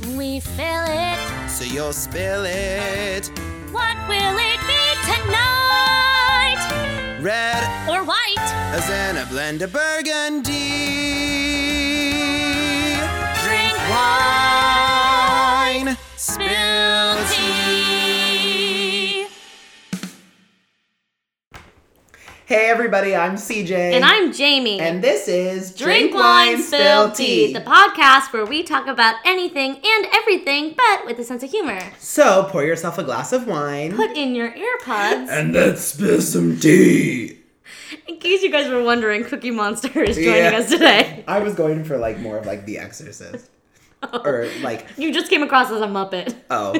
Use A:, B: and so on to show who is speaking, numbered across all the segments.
A: when we fill it.
B: So you'll spill it.
A: What will it be tonight?
B: Red
A: Or white?
B: as in a blend of burgundy.
A: Drink
B: Wine.
A: spill tea.
C: Hey everybody, I'm CJ.
D: And I'm Jamie.
C: And this is
D: Drink, Wine Spill Tea, the podcast where we talk about anything and everything, but with a sense of humor.
C: so pour yourself a glass of wine.
D: Put in your earpods.
C: and then spill some tea.
D: In case you guys were wondering, Cookie Monster is joining
C: Yeah.
D: us today.
C: I was going for like more of like The Exorcist.
D: Oh.
C: or like,
D: You just came across as a Muppet.
C: oh,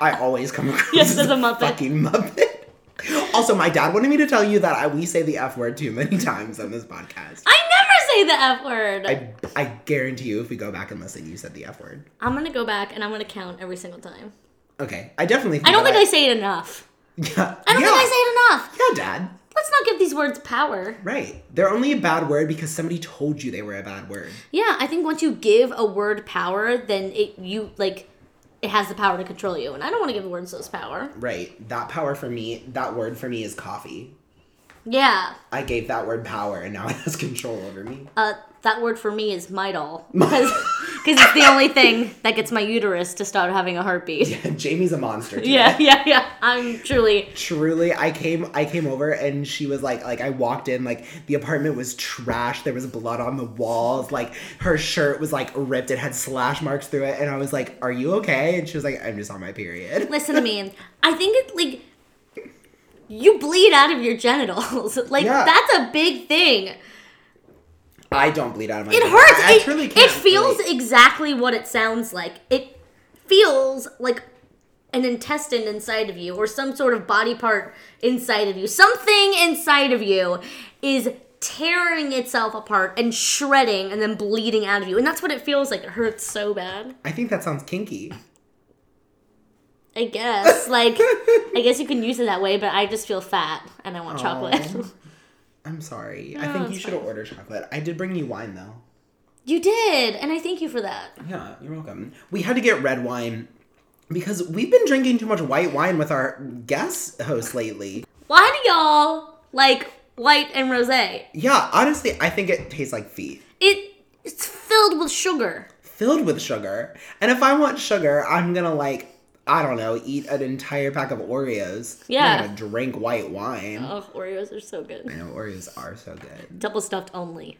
C: I always come across
D: Yes,
C: as
D: as a Muppet.
C: fucking Muppet. Also, my dad wanted me to tell you that I, we say the F word too many times on this podcast.
D: I never say the F word.
C: I, I guarantee you, if we go back and listen, you said the F word.
D: I'm gonna go back and I'm gonna count every single time.
C: Okay, I definitely. Think
D: I don't
C: that
D: think I say it enough.
C: Yeah,
D: I don't
C: yeah,
D: think I say it enough.
C: Yeah, Dad.
D: Let's not give these words power.
C: Right. They're only a bad word because somebody told you they were a bad word.
D: Yeah, I think once you give a word power, then it you like it has the power to control you, and I don't want to give words those power.
C: Right. That power for me, that word for me is coffee.
D: Yeah,
C: I gave that word power and now it has control over me.
D: uh, that word for me is midol because it's the only thing that gets my uterus to stop having a heartbeat. Yeah,
C: Jamie's a monster. today.
D: yeah, yeah. I'm truly
C: Truly, I came I came over and she was like like I walked in like the apartment was trash. There was blood on the walls. Like her shirt was like ripped. It had slash marks through it and I was like, "Are you okay?" And she was like, "I'm just on my period."
D: listen to me. I think it like you bleed out of your genitals. like
C: Yeah.
D: that's a big thing.
C: I don't bleed out of my
D: It
C: period.
D: hurts.
C: I, I
D: it,
C: truly
D: it
C: can't
D: feels
C: relate.
D: exactly what it sounds like. It feels like an intestine inside of you or some sort of body part inside of you. Something inside of you is tearing itself apart and shredding and then bleeding out of you. And that's what it feels like. It hurts so bad.
C: I think that sounds kinky.
D: I guess. Like I guess you can use it that way, but I just feel fat and I want chocolate.
C: I'm sorry. I think you
D: it's
C: should order chocolate. I did bring you wine though.
D: you did, and I thank you for that.
C: Yeah, you're welcome. We had to get red wine because we've been drinking too much white wine with our guest host lately.
D: Why do y'all like white and rosé?
C: Yeah, honestly, I think it tastes like feet.
D: It it's filled with sugar.
C: Filled with sugar. And if I want sugar, I'm gonna like, I don't know, eat an entire pack of Oreos. I'm not
D: Yeah.
C: gonna drink white wine.
D: Oh, Oreos are so
C: I
D: good.
C: know Oreos are so good.
D: Double stuffed only.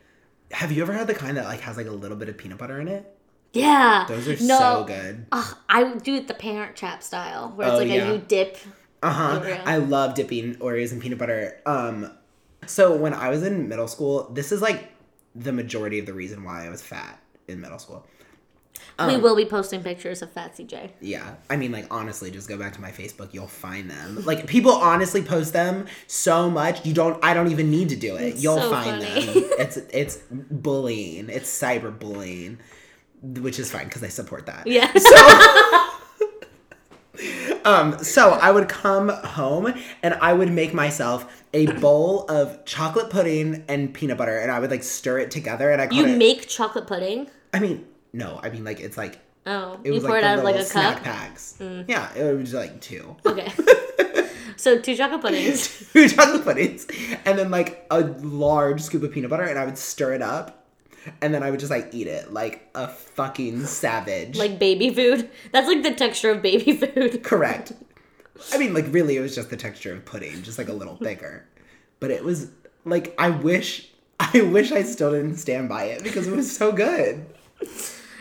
C: Have you ever had the kind that like has like a little bit of peanut butter in it?
D: Yeah.
C: Those are
D: no.
C: so good.
D: Ugh, I would do it the parent trap style, where it's
C: Oh,
D: like
C: yeah.
D: a you dip.
C: Uh huh.
D: Oreo.
C: I love dipping Oreos in peanut butter. Um, so when I was in middle school, this is like the majority of the reason why I was fat in middle school. Uh.
D: we will be posting pictures of Fat CJ.
C: Yeah, I mean, like honestly, just go back to my Facebook, you'll find them. Like people honestly post them so much, you don't. I don't even need to do it. you'll
D: so
C: find
D: funny.
C: them. It's it's bullying. It's cyber bullying, which is fine because I support that.
D: Yeah.
C: Um, so I would come home and I would make myself a bowl of chocolate pudding and peanut butter, and I would like stir it together. And I called
D: you
C: it.
D: make chocolate pudding.
C: I mean, no, I mean like it's like
D: Oh,
C: it
D: you
C: was
D: pour
C: like
D: it
C: the
D: out of like a
C: little snack
D: cup. Mm.
C: packs. Yeah, it was like two.
D: Okay. so two chocolate puddings.
C: two chocolate puddings, and then like a large scoop of peanut butter, and I would stir it up, and then I would just like eat it like a fucking savage.
D: Like baby food. That's like the texture of baby food.
C: Correct. I mean, like, really, it was just the texture of pudding, just like a little thicker. But it was like I wish, I wish I still didn't stand by it because it was so good.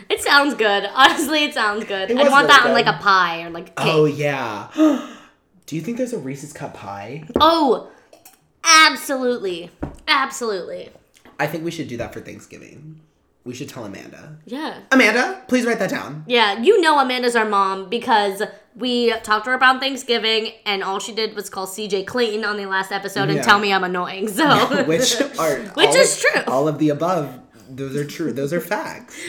D: It sounds good. Honestly, it sounds good.
C: It
D: I'd
C: was
D: want that
C: really
D: on like
C: good.
D: a pie or like a cake.
C: Oh yeah. Do you think there's a Reese's cup pie?
D: Oh, absolutely. Absolutely.
C: I think we should do that for Thanksgiving. We should tell Amanda.
D: Yeah.
C: Amanda, please write that down.
D: Yeah, you know Amanda's our mom because we talked to her about Thanksgiving and all she did was call CJ Clayton on the last episode
C: Yeah.
D: and tell me I'm annoying. So,
C: Which are
D: Which
C: all
D: is
C: of-
D: true.
C: All of the above. Those are true. Those are facts.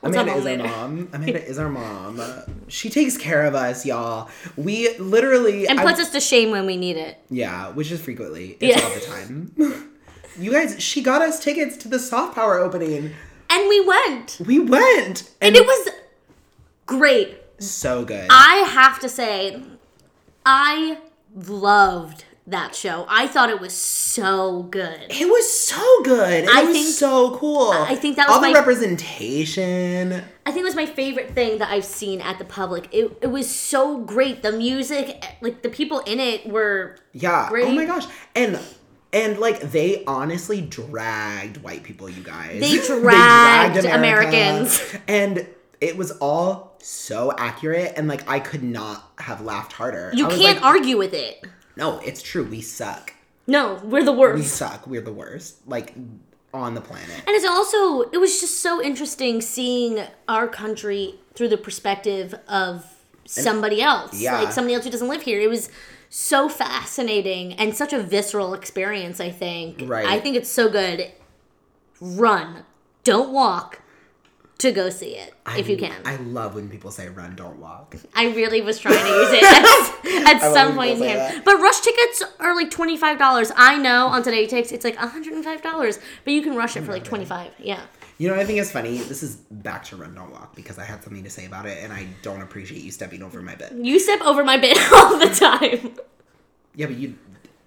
C: Amanda
D: about
C: is
D: later.
C: our mom. Amanda is our mom. Uh, She takes care of us, y'all. We literally
D: and
C: I-
D: puts us to shame when we need it.
C: Yeah, which is frequently. It's
D: Yeah.
C: all the time. you guys, she got us tickets to the soft power opening.
D: And we went.
C: We went.
D: And it was Great.
C: So good.
D: I have to say, I loved that show. I thought it was so good.
C: it was so good. It
D: I
C: was
D: think-
C: so cool.
D: I think that was
C: all the
D: my-
C: representation.
D: I think it was my favorite thing that I've seen at the public. It, it was so great. The music, like the people in it were
C: Yeah.
D: Great.
C: Oh my gosh. And and like they honestly dragged white people, you guys.
D: They dragged Americans.
C: And it was all so accurate and like I could not have laughed harder.
D: you
C: I was
D: can't
C: like,
D: argue with it.
C: No, it's true. We suck.
D: No, we're the
C: We
D: worst.
C: suck. We're the worst. Like on the planet.
D: And it's also it was just so interesting seeing our country through the perspective of somebody else.
C: Yeah.
D: Like somebody else who doesn't live here. It was so fascinating and such a visceral experience, I think.
C: Right.
D: I think it's so good. Run. Don't walk to go see it if you
C: I-
D: can.
C: I love when people say run, don't walk.
D: I really was trying to use it at, at
C: love
D: some
C: when
D: point in
C: people say
D: here.
C: that.
D: But rush tickets are like twenty five dollars. I know on today takes it's like hundred and five dollars, but you can rush it for like twenty five. Yeah.
C: You know what I think is funny? This is back to Run Don't Walk because I had something to say about it and I don't appreciate you stepping over my bit.
D: You step over my bit all the time.
C: Yeah, but you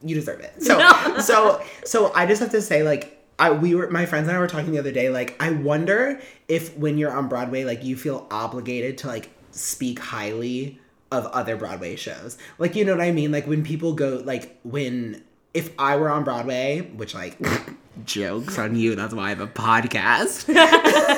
C: you deserve it. So
D: No.
C: so so I just have to say like I we were my friends and I were talking the other day like I wonder if when you're on Broadway like you feel obligated to like speak highly of other Broadway shows. Like you know what I mean? Like when people go like when if I were on Broadway, which like jokes on you, that's why I have a podcast.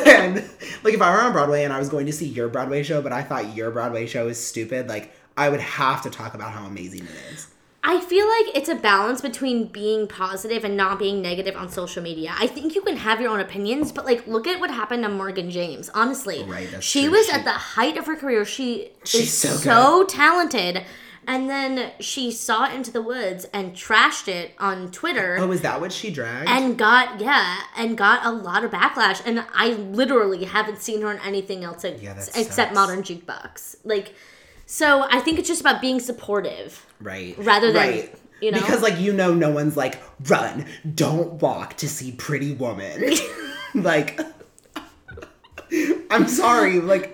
C: and like if I were on Broadway and I was going to see your Broadway show, but I thought your Broadway show is stupid, like I would have to talk about how amazing it is.
D: I feel like it's a balance between being positive and not being negative on social media. I think you can have your own opinions, but like look at what happened to Morgan James. Honestly,
C: Right, that's
D: she
C: true.
D: was
C: She-
D: at the height of her career. She
C: She's
D: is so,
C: so
D: talented. And then she saw it into the woods and trashed it on Twitter.
C: Oh, is that what she dragged?
D: and got yeah and got a lot of backlash and i literally haven't seen her in anything else ex-
C: Yeah, that
D: except
C: sucks.
D: modern jukebox like so i think it's just about being supportive
C: right.
D: rather than, you know?
C: Because like you know no one's like, run, don't walk to see pretty woman. like I'm sorry, like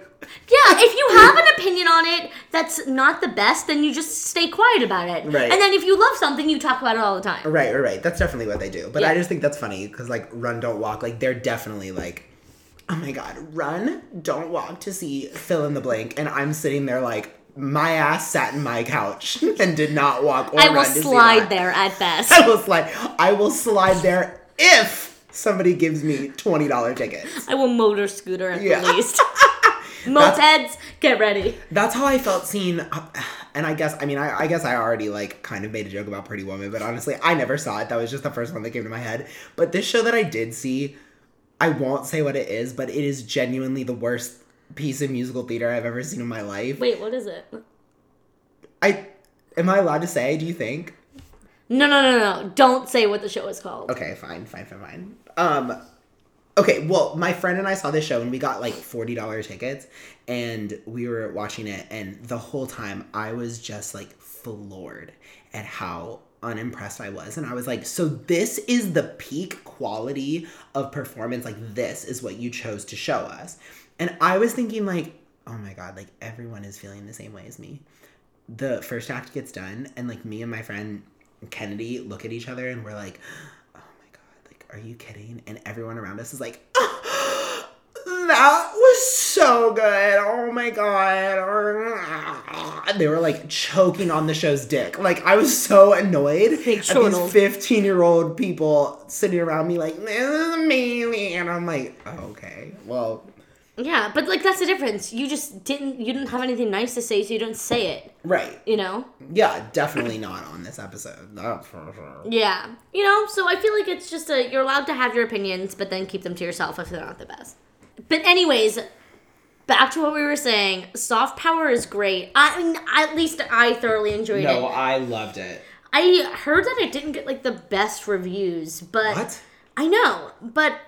D: yeah if you have an opinion on it that's not the best then you just stay quiet about it
C: Right.
D: and then if you love something you talk about it all the time
C: Right, right, right. That's definitely what they do. But
D: Yeah.
C: I just think that's funny because like run, don't walk, like they're definitely like Oh my god, run, don't walk to see fill in the blank. And I'm sitting there like my ass sat in my couch and did not walk or
D: i
C: run
D: will
C: to see
D: slide
C: that.
D: there at best
C: I will slide. I will slide there if somebody gives me twenty dollar tickets.
D: i will motor scooter at
C: Yeah.
D: the least mopeds get ready
C: That's how I felt seeing. uh, And I guess I mean I, I guess I already like kind of made a joke about Pretty Woman, but honestly I never saw it. That was just the first one that came to my head. But this show that I did see, I won't say what it is, but it is genuinely the worst piece of musical theater I've ever seen in my life.
D: wait what is it
C: I am I allowed to say? Do you think?
D: No, no, no, no. Don't say what the show is called.
C: Okay, fine, fine, fine, fine. Um, okay, well, my friend and I saw this show and we got like forty dollar tickets, and we were watching it, and the whole time I was just like floored at how unimpressed I was, and I was like, so this is the peak quality of performance. Like this is what you chose to show us, and I was thinking like, oh my god, like everyone is feeling the same way as me the first act gets done and like me and my friend Kennedy look at each other and we're like, "Oh my god, like are you kidding?" And everyone around us is like, "That was so good. Oh my god." And they were like choking on the show's dick. Like I was so annoyed at these
D: chortled.
C: 15-year-old people sitting around me like, "This is amazing." And I'm like, oh, "Okay. Well,
D: Yeah, but like that's the difference. You just didn't. You didn't have anything nice to say, so you don't say it.
C: right.
D: You know.
C: Yeah, definitely not on this episode. That's for sure."
D: Yeah. You know. So I feel like it's just a. You're allowed to have your opinions, but then keep them to yourself if they're not the best. But anyways, back to what we were saying. Soft power is great. I mean, at least I thoroughly enjoyed
C: No,
D: it.
C: I loved it.
D: I heard that it didn't get like the best reviews, but
C: What?
D: I know. But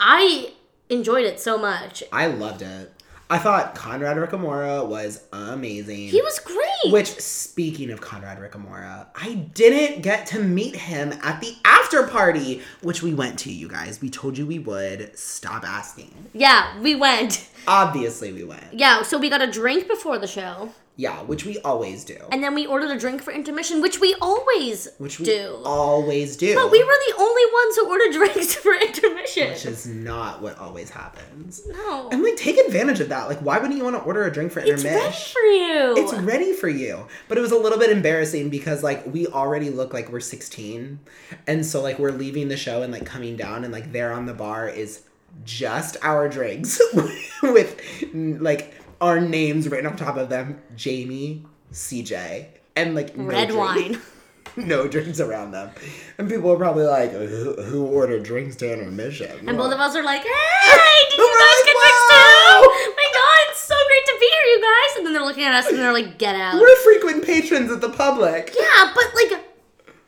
D: I enjoyed it so much.
C: I loved it. I thought Conrad Ricamora was amazing.
D: He was great. week.
C: Which, speaking of Conrad Ricamora, I didn't get to meet him at the after party, which we went to, you guys. We told you we would. Stop asking.
D: yeah, we went.
C: Obviously, we went.
D: Yeah, so we got a drink before the show,
C: Yeah, which we always do.
D: and then we ordered a drink for intermission, which we always
C: which we
D: do.
C: always do.
D: but we were the only ones who ordered drinks for intermission.
C: Which is not what always happens.
D: no,
C: And like, take advantage of that. Like, why wouldn't you want to order a drink for
D: it's
C: intermission?
D: ready for you.
C: It's ready for you. But it was a little bit embarrassing because like we already look like we're 16. And so like we're leaving the show and like coming down and like there on the bar is just our drinks with like our names written on top of them. Jamie, CJ, and like no
D: red
C: drink-
D: wine.
C: no drinks around them. And people are probably like, who, who ordered drinks to intermission?
D: And both of us are like, hey, did you
C: We're
D: guys
C: like,
D: get drinks
C: "Wow!"
D: too? My god, it's so great to be here, you guys. And then they're looking at us and they're like, get out.
C: We're frequent patrons at the public.
D: yeah, but like,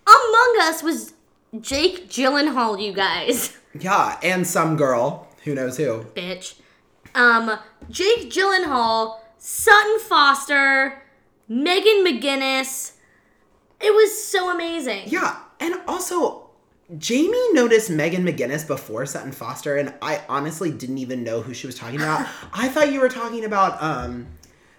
D: among us was Jake Gyllenhaal, you guys.
C: Yeah, and some girl. Who knows who?
D: Bitch. Um, Jake Gyllenhaal, Sutton Foster, Megan McGinnis. It was so amazing.
C: Yeah, and also Jamie noticed Megan McGinnis before Sutton Foster, and I honestly didn't even know who she was talking about. I thought you were talking about um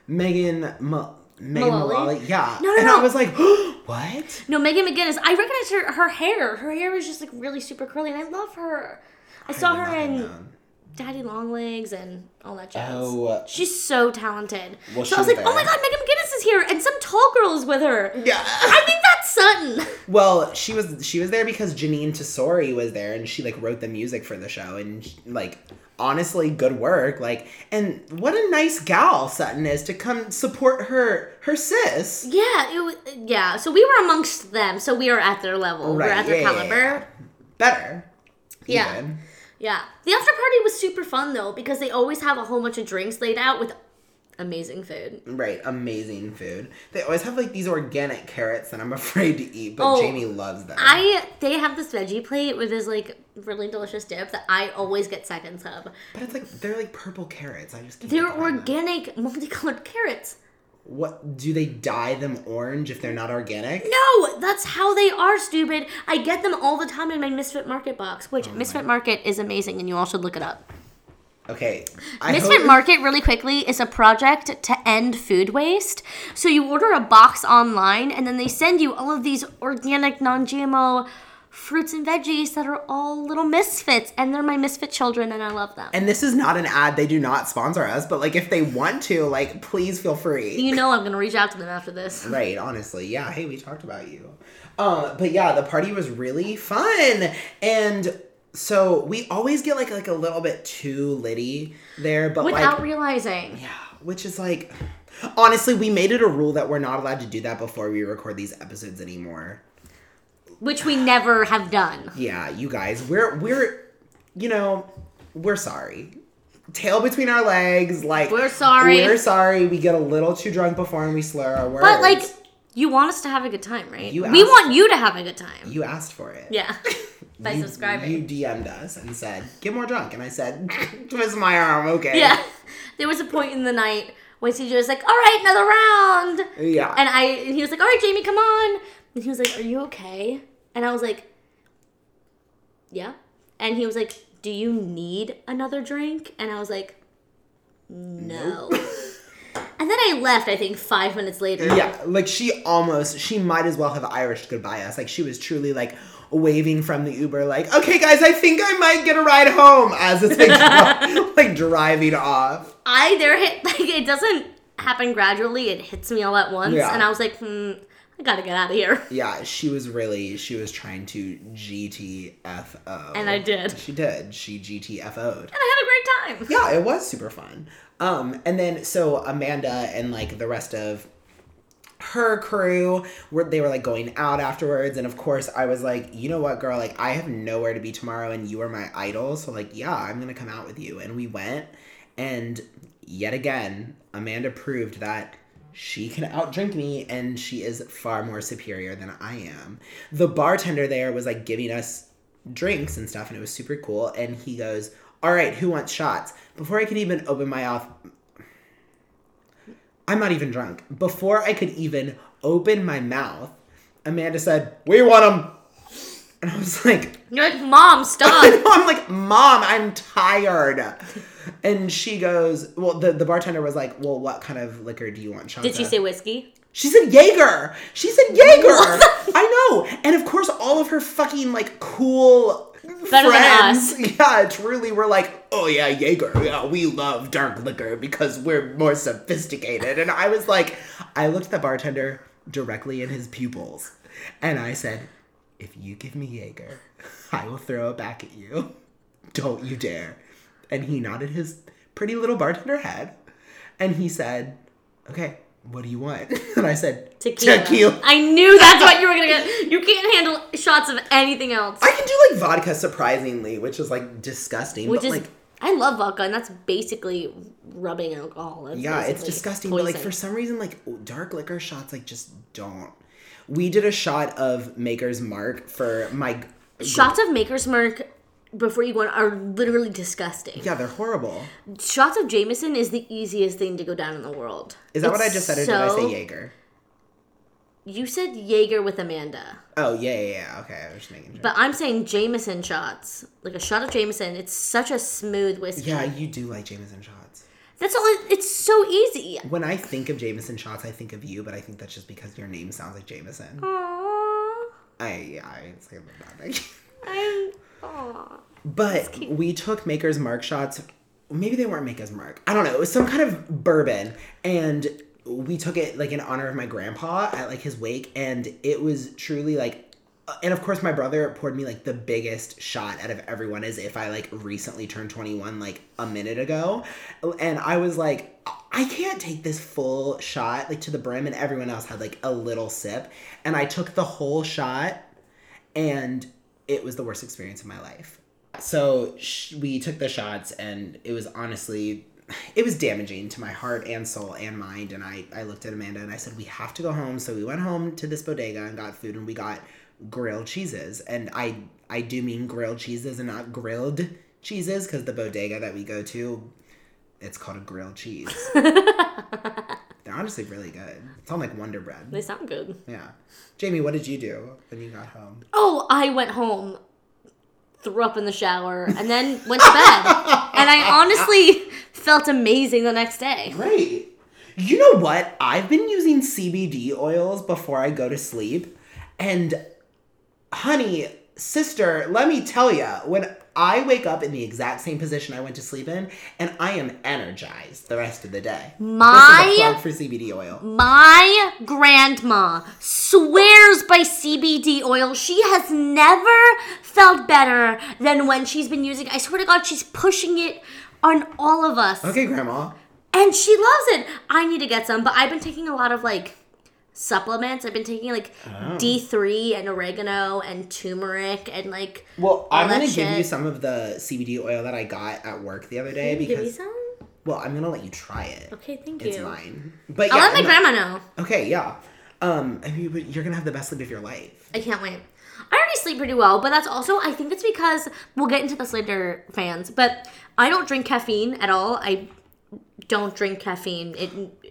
C: Megan Ma- Megan
D: Mullally?
C: Mullally. Yeah,
D: No, no,
C: and
D: no.
C: I was like, what?
D: No, Megan McGinnis. I recognized her. Her hair. Her hair was just like really super curly, and I love her. I saw
C: would
D: her
C: not have
D: in
C: known.
D: Daddy Long Legs and all that jazz.
C: Oh.
D: she's so talented.
C: Well,
D: so I
C: she
D: was like, oh
C: there.
D: my god, Megan McGinnis is here, and some tall girl is with her.
C: Yeah.
D: I think that's Sutton.
C: Well, she was she was there because Janine Tesori was there, and she like wrote the music for the show, and like honestly, good work. Like, and what a nice gal Sutton is to come support her her sis.
D: Yeah, it was, yeah. So we were amongst them, so we are at their level. We're
C: Right,
D: at their
C: yeah, yeah,
D: caliber.
C: yeah. Better.
D: Yeah.
C: even.
D: Yeah. The after party was super fun though because they always have a whole bunch of drinks laid out with amazing food.
C: Right. Amazing food. They always have like these organic carrots that I'm afraid to eat, but
D: Oh,
C: Jamie loves them.
D: I they have this veggie plate with this like really delicious dip that I always get seconds of.
C: but it's like they're like purple carrots. I just can't
D: They're
C: get behind them.
D: organic, multicolored carrots.
C: What do they dye them orange if they're not organic?
D: No, that's how they are, stupid. I get them all the time in my Misfit Market box,
C: Oh
D: which Misfit Market is amazing and you all should look it up.
C: Okay. I
D: Misfit
C: hope-
D: Market, really quickly, is a project to end food waste. So you order a box online, and then they send you all of these organic, non GMO fruits and veggies that are all little misfits. And they're my misfit children, and I love them.
C: And this is not an ad. They do not sponsor us, but like if they want to, like please feel free.
D: you know I'm going to reach out to them after this.
C: Right, honestly. Yeah, hey, we talked about you. Um, but yeah, the party was really fun. And so we always get like like a little bit too litty there, but
D: Without
C: like
D: realizing.
C: yeah, which is like honestly, we made it a rule that we're not allowed to do that before we record these episodes anymore.
D: Which we never have done.
C: Yeah, you guys, we're we're you know, we're sorry. Tail between our legs, like
D: We're sorry.
C: We're sorry. We get a little too drunk before and we slur our words.
D: But, like, you want us to have a good time, right?
C: You
D: we
C: asked-
D: want you to have a good time.
C: you asked for it.
D: yeah. By
C: You-
D: subscribing.
C: You DM'd us and said, "Get more drunk," and I said, "Twist my arm, okay."
D: Yeah. There was a point in the night when CJ was like, all right, another round.
C: yeah.
D: And I and he was like, all right, Jamie, come on. And he was like, are you okay? And I was like, yeah. And he was like, do you need another drink? And I was like, no. and then I left, I think, five minutes later.
C: Yeah, like she almost, she might as well have Irished goodbye us. Like she was truly like waving from the Uber, like, okay, guys, I think I might get a ride home as it's like, like driving off.
D: I there hit, like, it doesn't happen gradually, it hits me all at once.
C: Yeah.
D: And I was like, hmm, I gotta get out of here.
C: Yeah, she was really, she was trying to GTFO.
D: And I did.
C: She did. She GTFO'd.
D: And I had a great time.
C: Yeah, it was super fun. Um, and then so Amanda and like the rest of her crew were they were like going out afterwards, and of course I was like, you know what, girl, like I have nowhere to be tomorrow, and you are my idol, so like yeah, I'm gonna come out with you. And we went, and yet again, Amanda proved that. She can outdrink me, and she is far more superior than I am. The bartender there was like giving us drinks and stuff, and it was super cool. And he goes, "All right, who wants shots?" Before I could even open my mouth, I'm not even drunk. Before I could even open my mouth, Amanda said, We want him. And I was like,
D: You're like, Mom, stop.
C: I'm like, Mom, I'm tired. And she goes, Well, the, the bartender was like, Well, what kind of liquor do you want, Shanta?
D: Did she say whiskey?
C: She said Jaeger. She said Jaeger. I know. And of course, all of her fucking like cool
D: Better than
C: friends, yeah, truly were like, oh yeah, Jaeger. Yeah, we love dark liquor because we're more sophisticated. And I was like, I looked the bartender directly in his pupils, and I said, if you give me Jaeger, I will throw it back at you. Don't you dare. And he nodded his pretty little bartender head, and he said okay, what do you want? And I said,
D: Tequila. I knew that's what you were gonna get. You can't handle shots of anything else.
C: I can do like vodka surprisingly, which is like disgusting,
D: Which
C: but
D: is,
C: like,
D: I love vodka, and that's basically rubbing alcohol. That's
C: yeah, it's
D: basically
C: disgusting. But like,
D: poison.
C: for some reason, like dark liquor shots, like just don't. We did a shot of Maker's Mark for my.
D: shots of Maker's Mark before you go on are literally disgusting.
C: Yeah, they're horrible.
D: Shots of Jameson is the easiest thing to go down in the world.
C: Is that what I
D: It's
C: just said, or did I
D: so-
C: say Jaeger?
D: You said Jaeger with Amanda,
C: Oh yeah, yeah, yeah. Okay, I was just making sure.
D: but I'm saying Jameson shots. Like a shot of Jameson, it's such a smooth whiskey.
C: yeah, you do like Jameson shots.
D: That's all. It's so easy.
C: When I think of Jameson shots, I think of you, but I think that's just because your name sounds like Jameson.
D: Aww,
C: I yeah, I it's like I'm not like-
D: I'm. Aww.
C: But we took Maker's Mark shots. Maybe they weren't Maker's Mark. I don't know. It was some kind of bourbon. And we took it like in honor of my grandpa at like his wake. And it was truly like, uh, and of course, my brother poured me like the biggest shot out of everyone as if I like recently turned 21 like a minute ago. And I was like, I can't take this full shot like to the brim. And everyone else had like a little sip. And I took the whole shot and it was the worst experience of my life. So sh- we took the shots, and it was honestly, it was damaging to my heart and soul and mind. And I, I looked at Amanda and I said, We have to go home. So we went home to this bodega and got food, and we got grilled cheeses. And I, I do mean grilled cheeses and not grilled cheeses because the bodega that we go to, it's called a grilled cheese. They're honestly really good. It's on like Wonder Bread.
D: They sound good.
C: Yeah. Jamie, what did you do when you got home?
D: Oh, I went home, threw up in the shower, and then went to bed. and I honestly felt amazing the next day.
C: Right. You know what? I've been using CBD oils before I go to sleep. And honey, sister, let me tell you, when I wake up in the exact same position I went to sleep in, and I am energized the rest of the day. this is a
D: My
C: plug for CBD oil.
D: my grandma swears by CBD oil. She has never felt better than when she's been using. I swear to God, she's pushing it on all of us.
C: Okay, Grandma.
D: and she loves it. I need to get some, but I've been taking a lot of like supplements. I've been taking like
C: Oh.
D: D3 and oregano and turmeric and like
C: Well, I'm
D: that
C: gonna give you
D: shit.
C: some of the CBD oil that I got at work the other day
D: Can you give me
C: because.
D: some?
C: Well, I'm gonna let you try it.
D: Okay, thank you.
C: It's mine. But yeah,
D: I'll let my
C: I'm not-
D: grandma know.
C: Okay, yeah. Um, I mean, but you're gonna have the best sleep of your life.
D: I can't wait. I already sleep pretty well, but that's also I think it's because we'll get into this later, fans. But I don't drink caffeine at all. I don't drink caffeine. It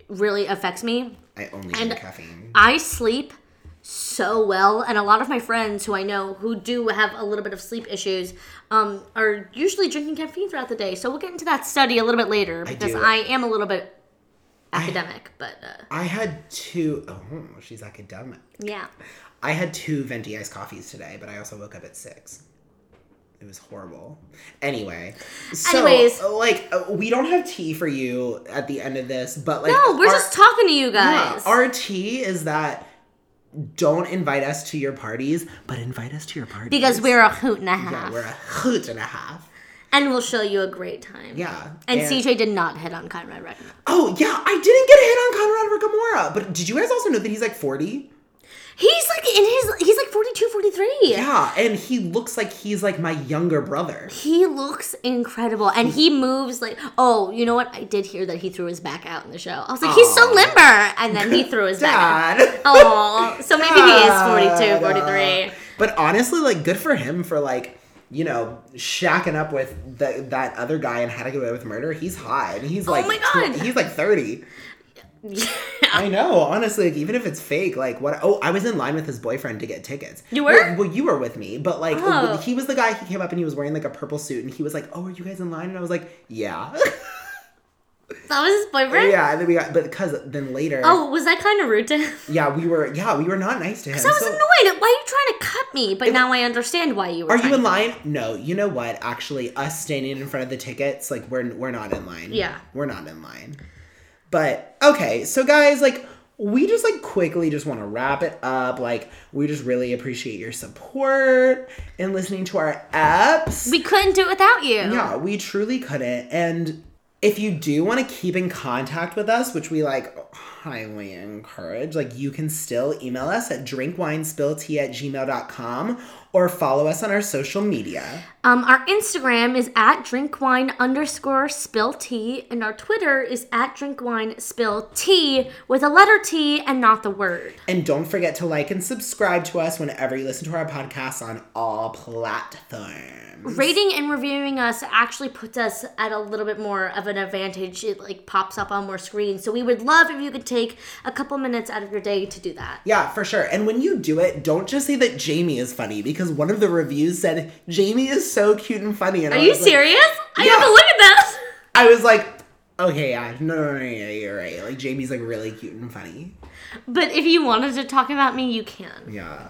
D: really affects me.
C: I only
D: And-
C: drink caffeine.
D: I sleep so well, and a lot of my friends who I know who do have a little bit of sleep issues um, are usually drinking caffeine throughout the day. So we'll get into that study a little bit later because
C: do.
D: I, am a little bit academic, but uh,
C: I had two oh she's academic.
D: yeah.
C: I had two venti iced coffees today, but I also woke up at six. It was horrible. Anyway, so
D: Anyways.
C: like uh, we don't have tea for you at the end of this, but like
D: No, we're
C: our-
D: just talking to you
C: yeah,
D: guys.
C: our tea is that don't invite us to your parties, but invite us to your parties
D: because we're a hoot and a half.
C: yeah we're a hoot and a half.
D: and we'll show you a great time.
C: Yeah,
D: And, CJ did not hit on Conrad right
C: Oh yeah, I didn't get a hit on Conrad Ricamora, but did you guys also know that he's like forty?
D: He's like in his, he's like 42, 43.
C: Yeah, and he looks like he's like my younger brother.
D: He looks incredible and he moves like, oh, you know what? I did hear that he threw his back out in the show. I was like, he's so
C: Aw.
D: limber. And then he threw his back out.
C: Dad.
D: Oh, so maybe he is 42,
C: Dad.
D: 43.
C: But honestly, like good for him for like, you know, shacking up with the, that other guy and how to get away with murder. He's hot. And he's like
D: my Oh God.
C: tw- he's like 30. I know, honestly, like even if it's fake, like what? Oh, I was in line with his boyfriend to get tickets.
D: You were?
C: Well, well, you were with me, but like
D: Oh.
C: he was the guy. He came up and he was wearing like a purple suit, and he was like, "Oh, are you guys in line?" And I was like, "Yeah,
D: that was his boyfriend?
C: yeah." And then we got, but because then later,
D: Oh, was that kind of rude to him?
C: yeah, we were, yeah, we were not nice to him.
D: So I was
C: so-
D: annoyed. Why are you trying to cut me? But now I understand why you were.
C: Are you
D: trying
C: in
D: to-
C: line? No. You know what? Actually, us standing in front of the tickets, like we're we're not in line.
D: Yeah.
C: we're not in line. But okay, so guys, like we just like quickly just want to wrap it up. Like we just really appreciate your support and listening to our apps.
D: We couldn't do it without you.
C: Yeah, we truly couldn't. And if you do want to keep in contact with us, which we like highly encourage, like you can still email us at drinkwinespilltea at gmail.com or follow us on our social media.
D: Um, our Instagram is at drinkwine underscore spill tea, and our Twitter is at drinkwine spill tea with a letter T and not the word.
C: And don't forget to like and subscribe to us whenever you listen to our podcast on all platforms.
D: Rating and reviewing us actually puts us at a little bit more of an advantage. It like pops up on more screens. So we would love if you could take a couple minutes out of your day to do that.
C: Yeah, for sure. And when you do it, don't just say that Jamie is funny because one of the reviews said Jamie is so cute and funny. And
D: Are you
C: serious?
D: serious? I
C: Yeah.
D: have to look at this.
C: I was like, okay, yeah, no, no, no, yeah, you're right. Like Jamie's like really cute and funny.
D: But if you wanted to talk about me, you can.
C: Yeah.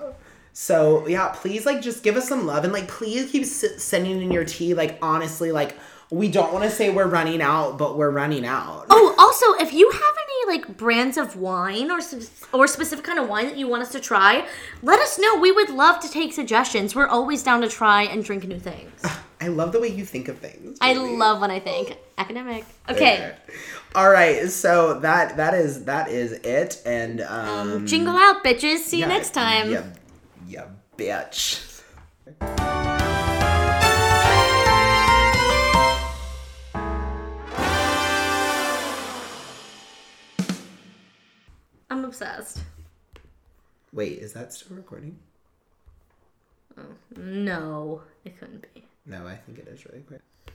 C: So yeah, please like just give us some love and like please keep s- sending in your tea. Like honestly, like we don't want to say we're running out, but we're running out.
D: Oh, also, if you have any like brands of wine or s- or specific kind of wine that you want us to try, let us know. We would love to take suggestions. We're always down to try and drink new things.
C: I love the way you think of things.
D: I
C: Jamie.
D: love when I think academic. Okay,
C: All right, so that that is that is it, and um,
D: jingle out, bitches. See
C: yeah,
D: you next time.
C: Yeah, yeah, bitch.
D: I'm obsessed.
C: Wait, is that still recording?
D: No, it couldn't be.
C: No, I think it is really quick.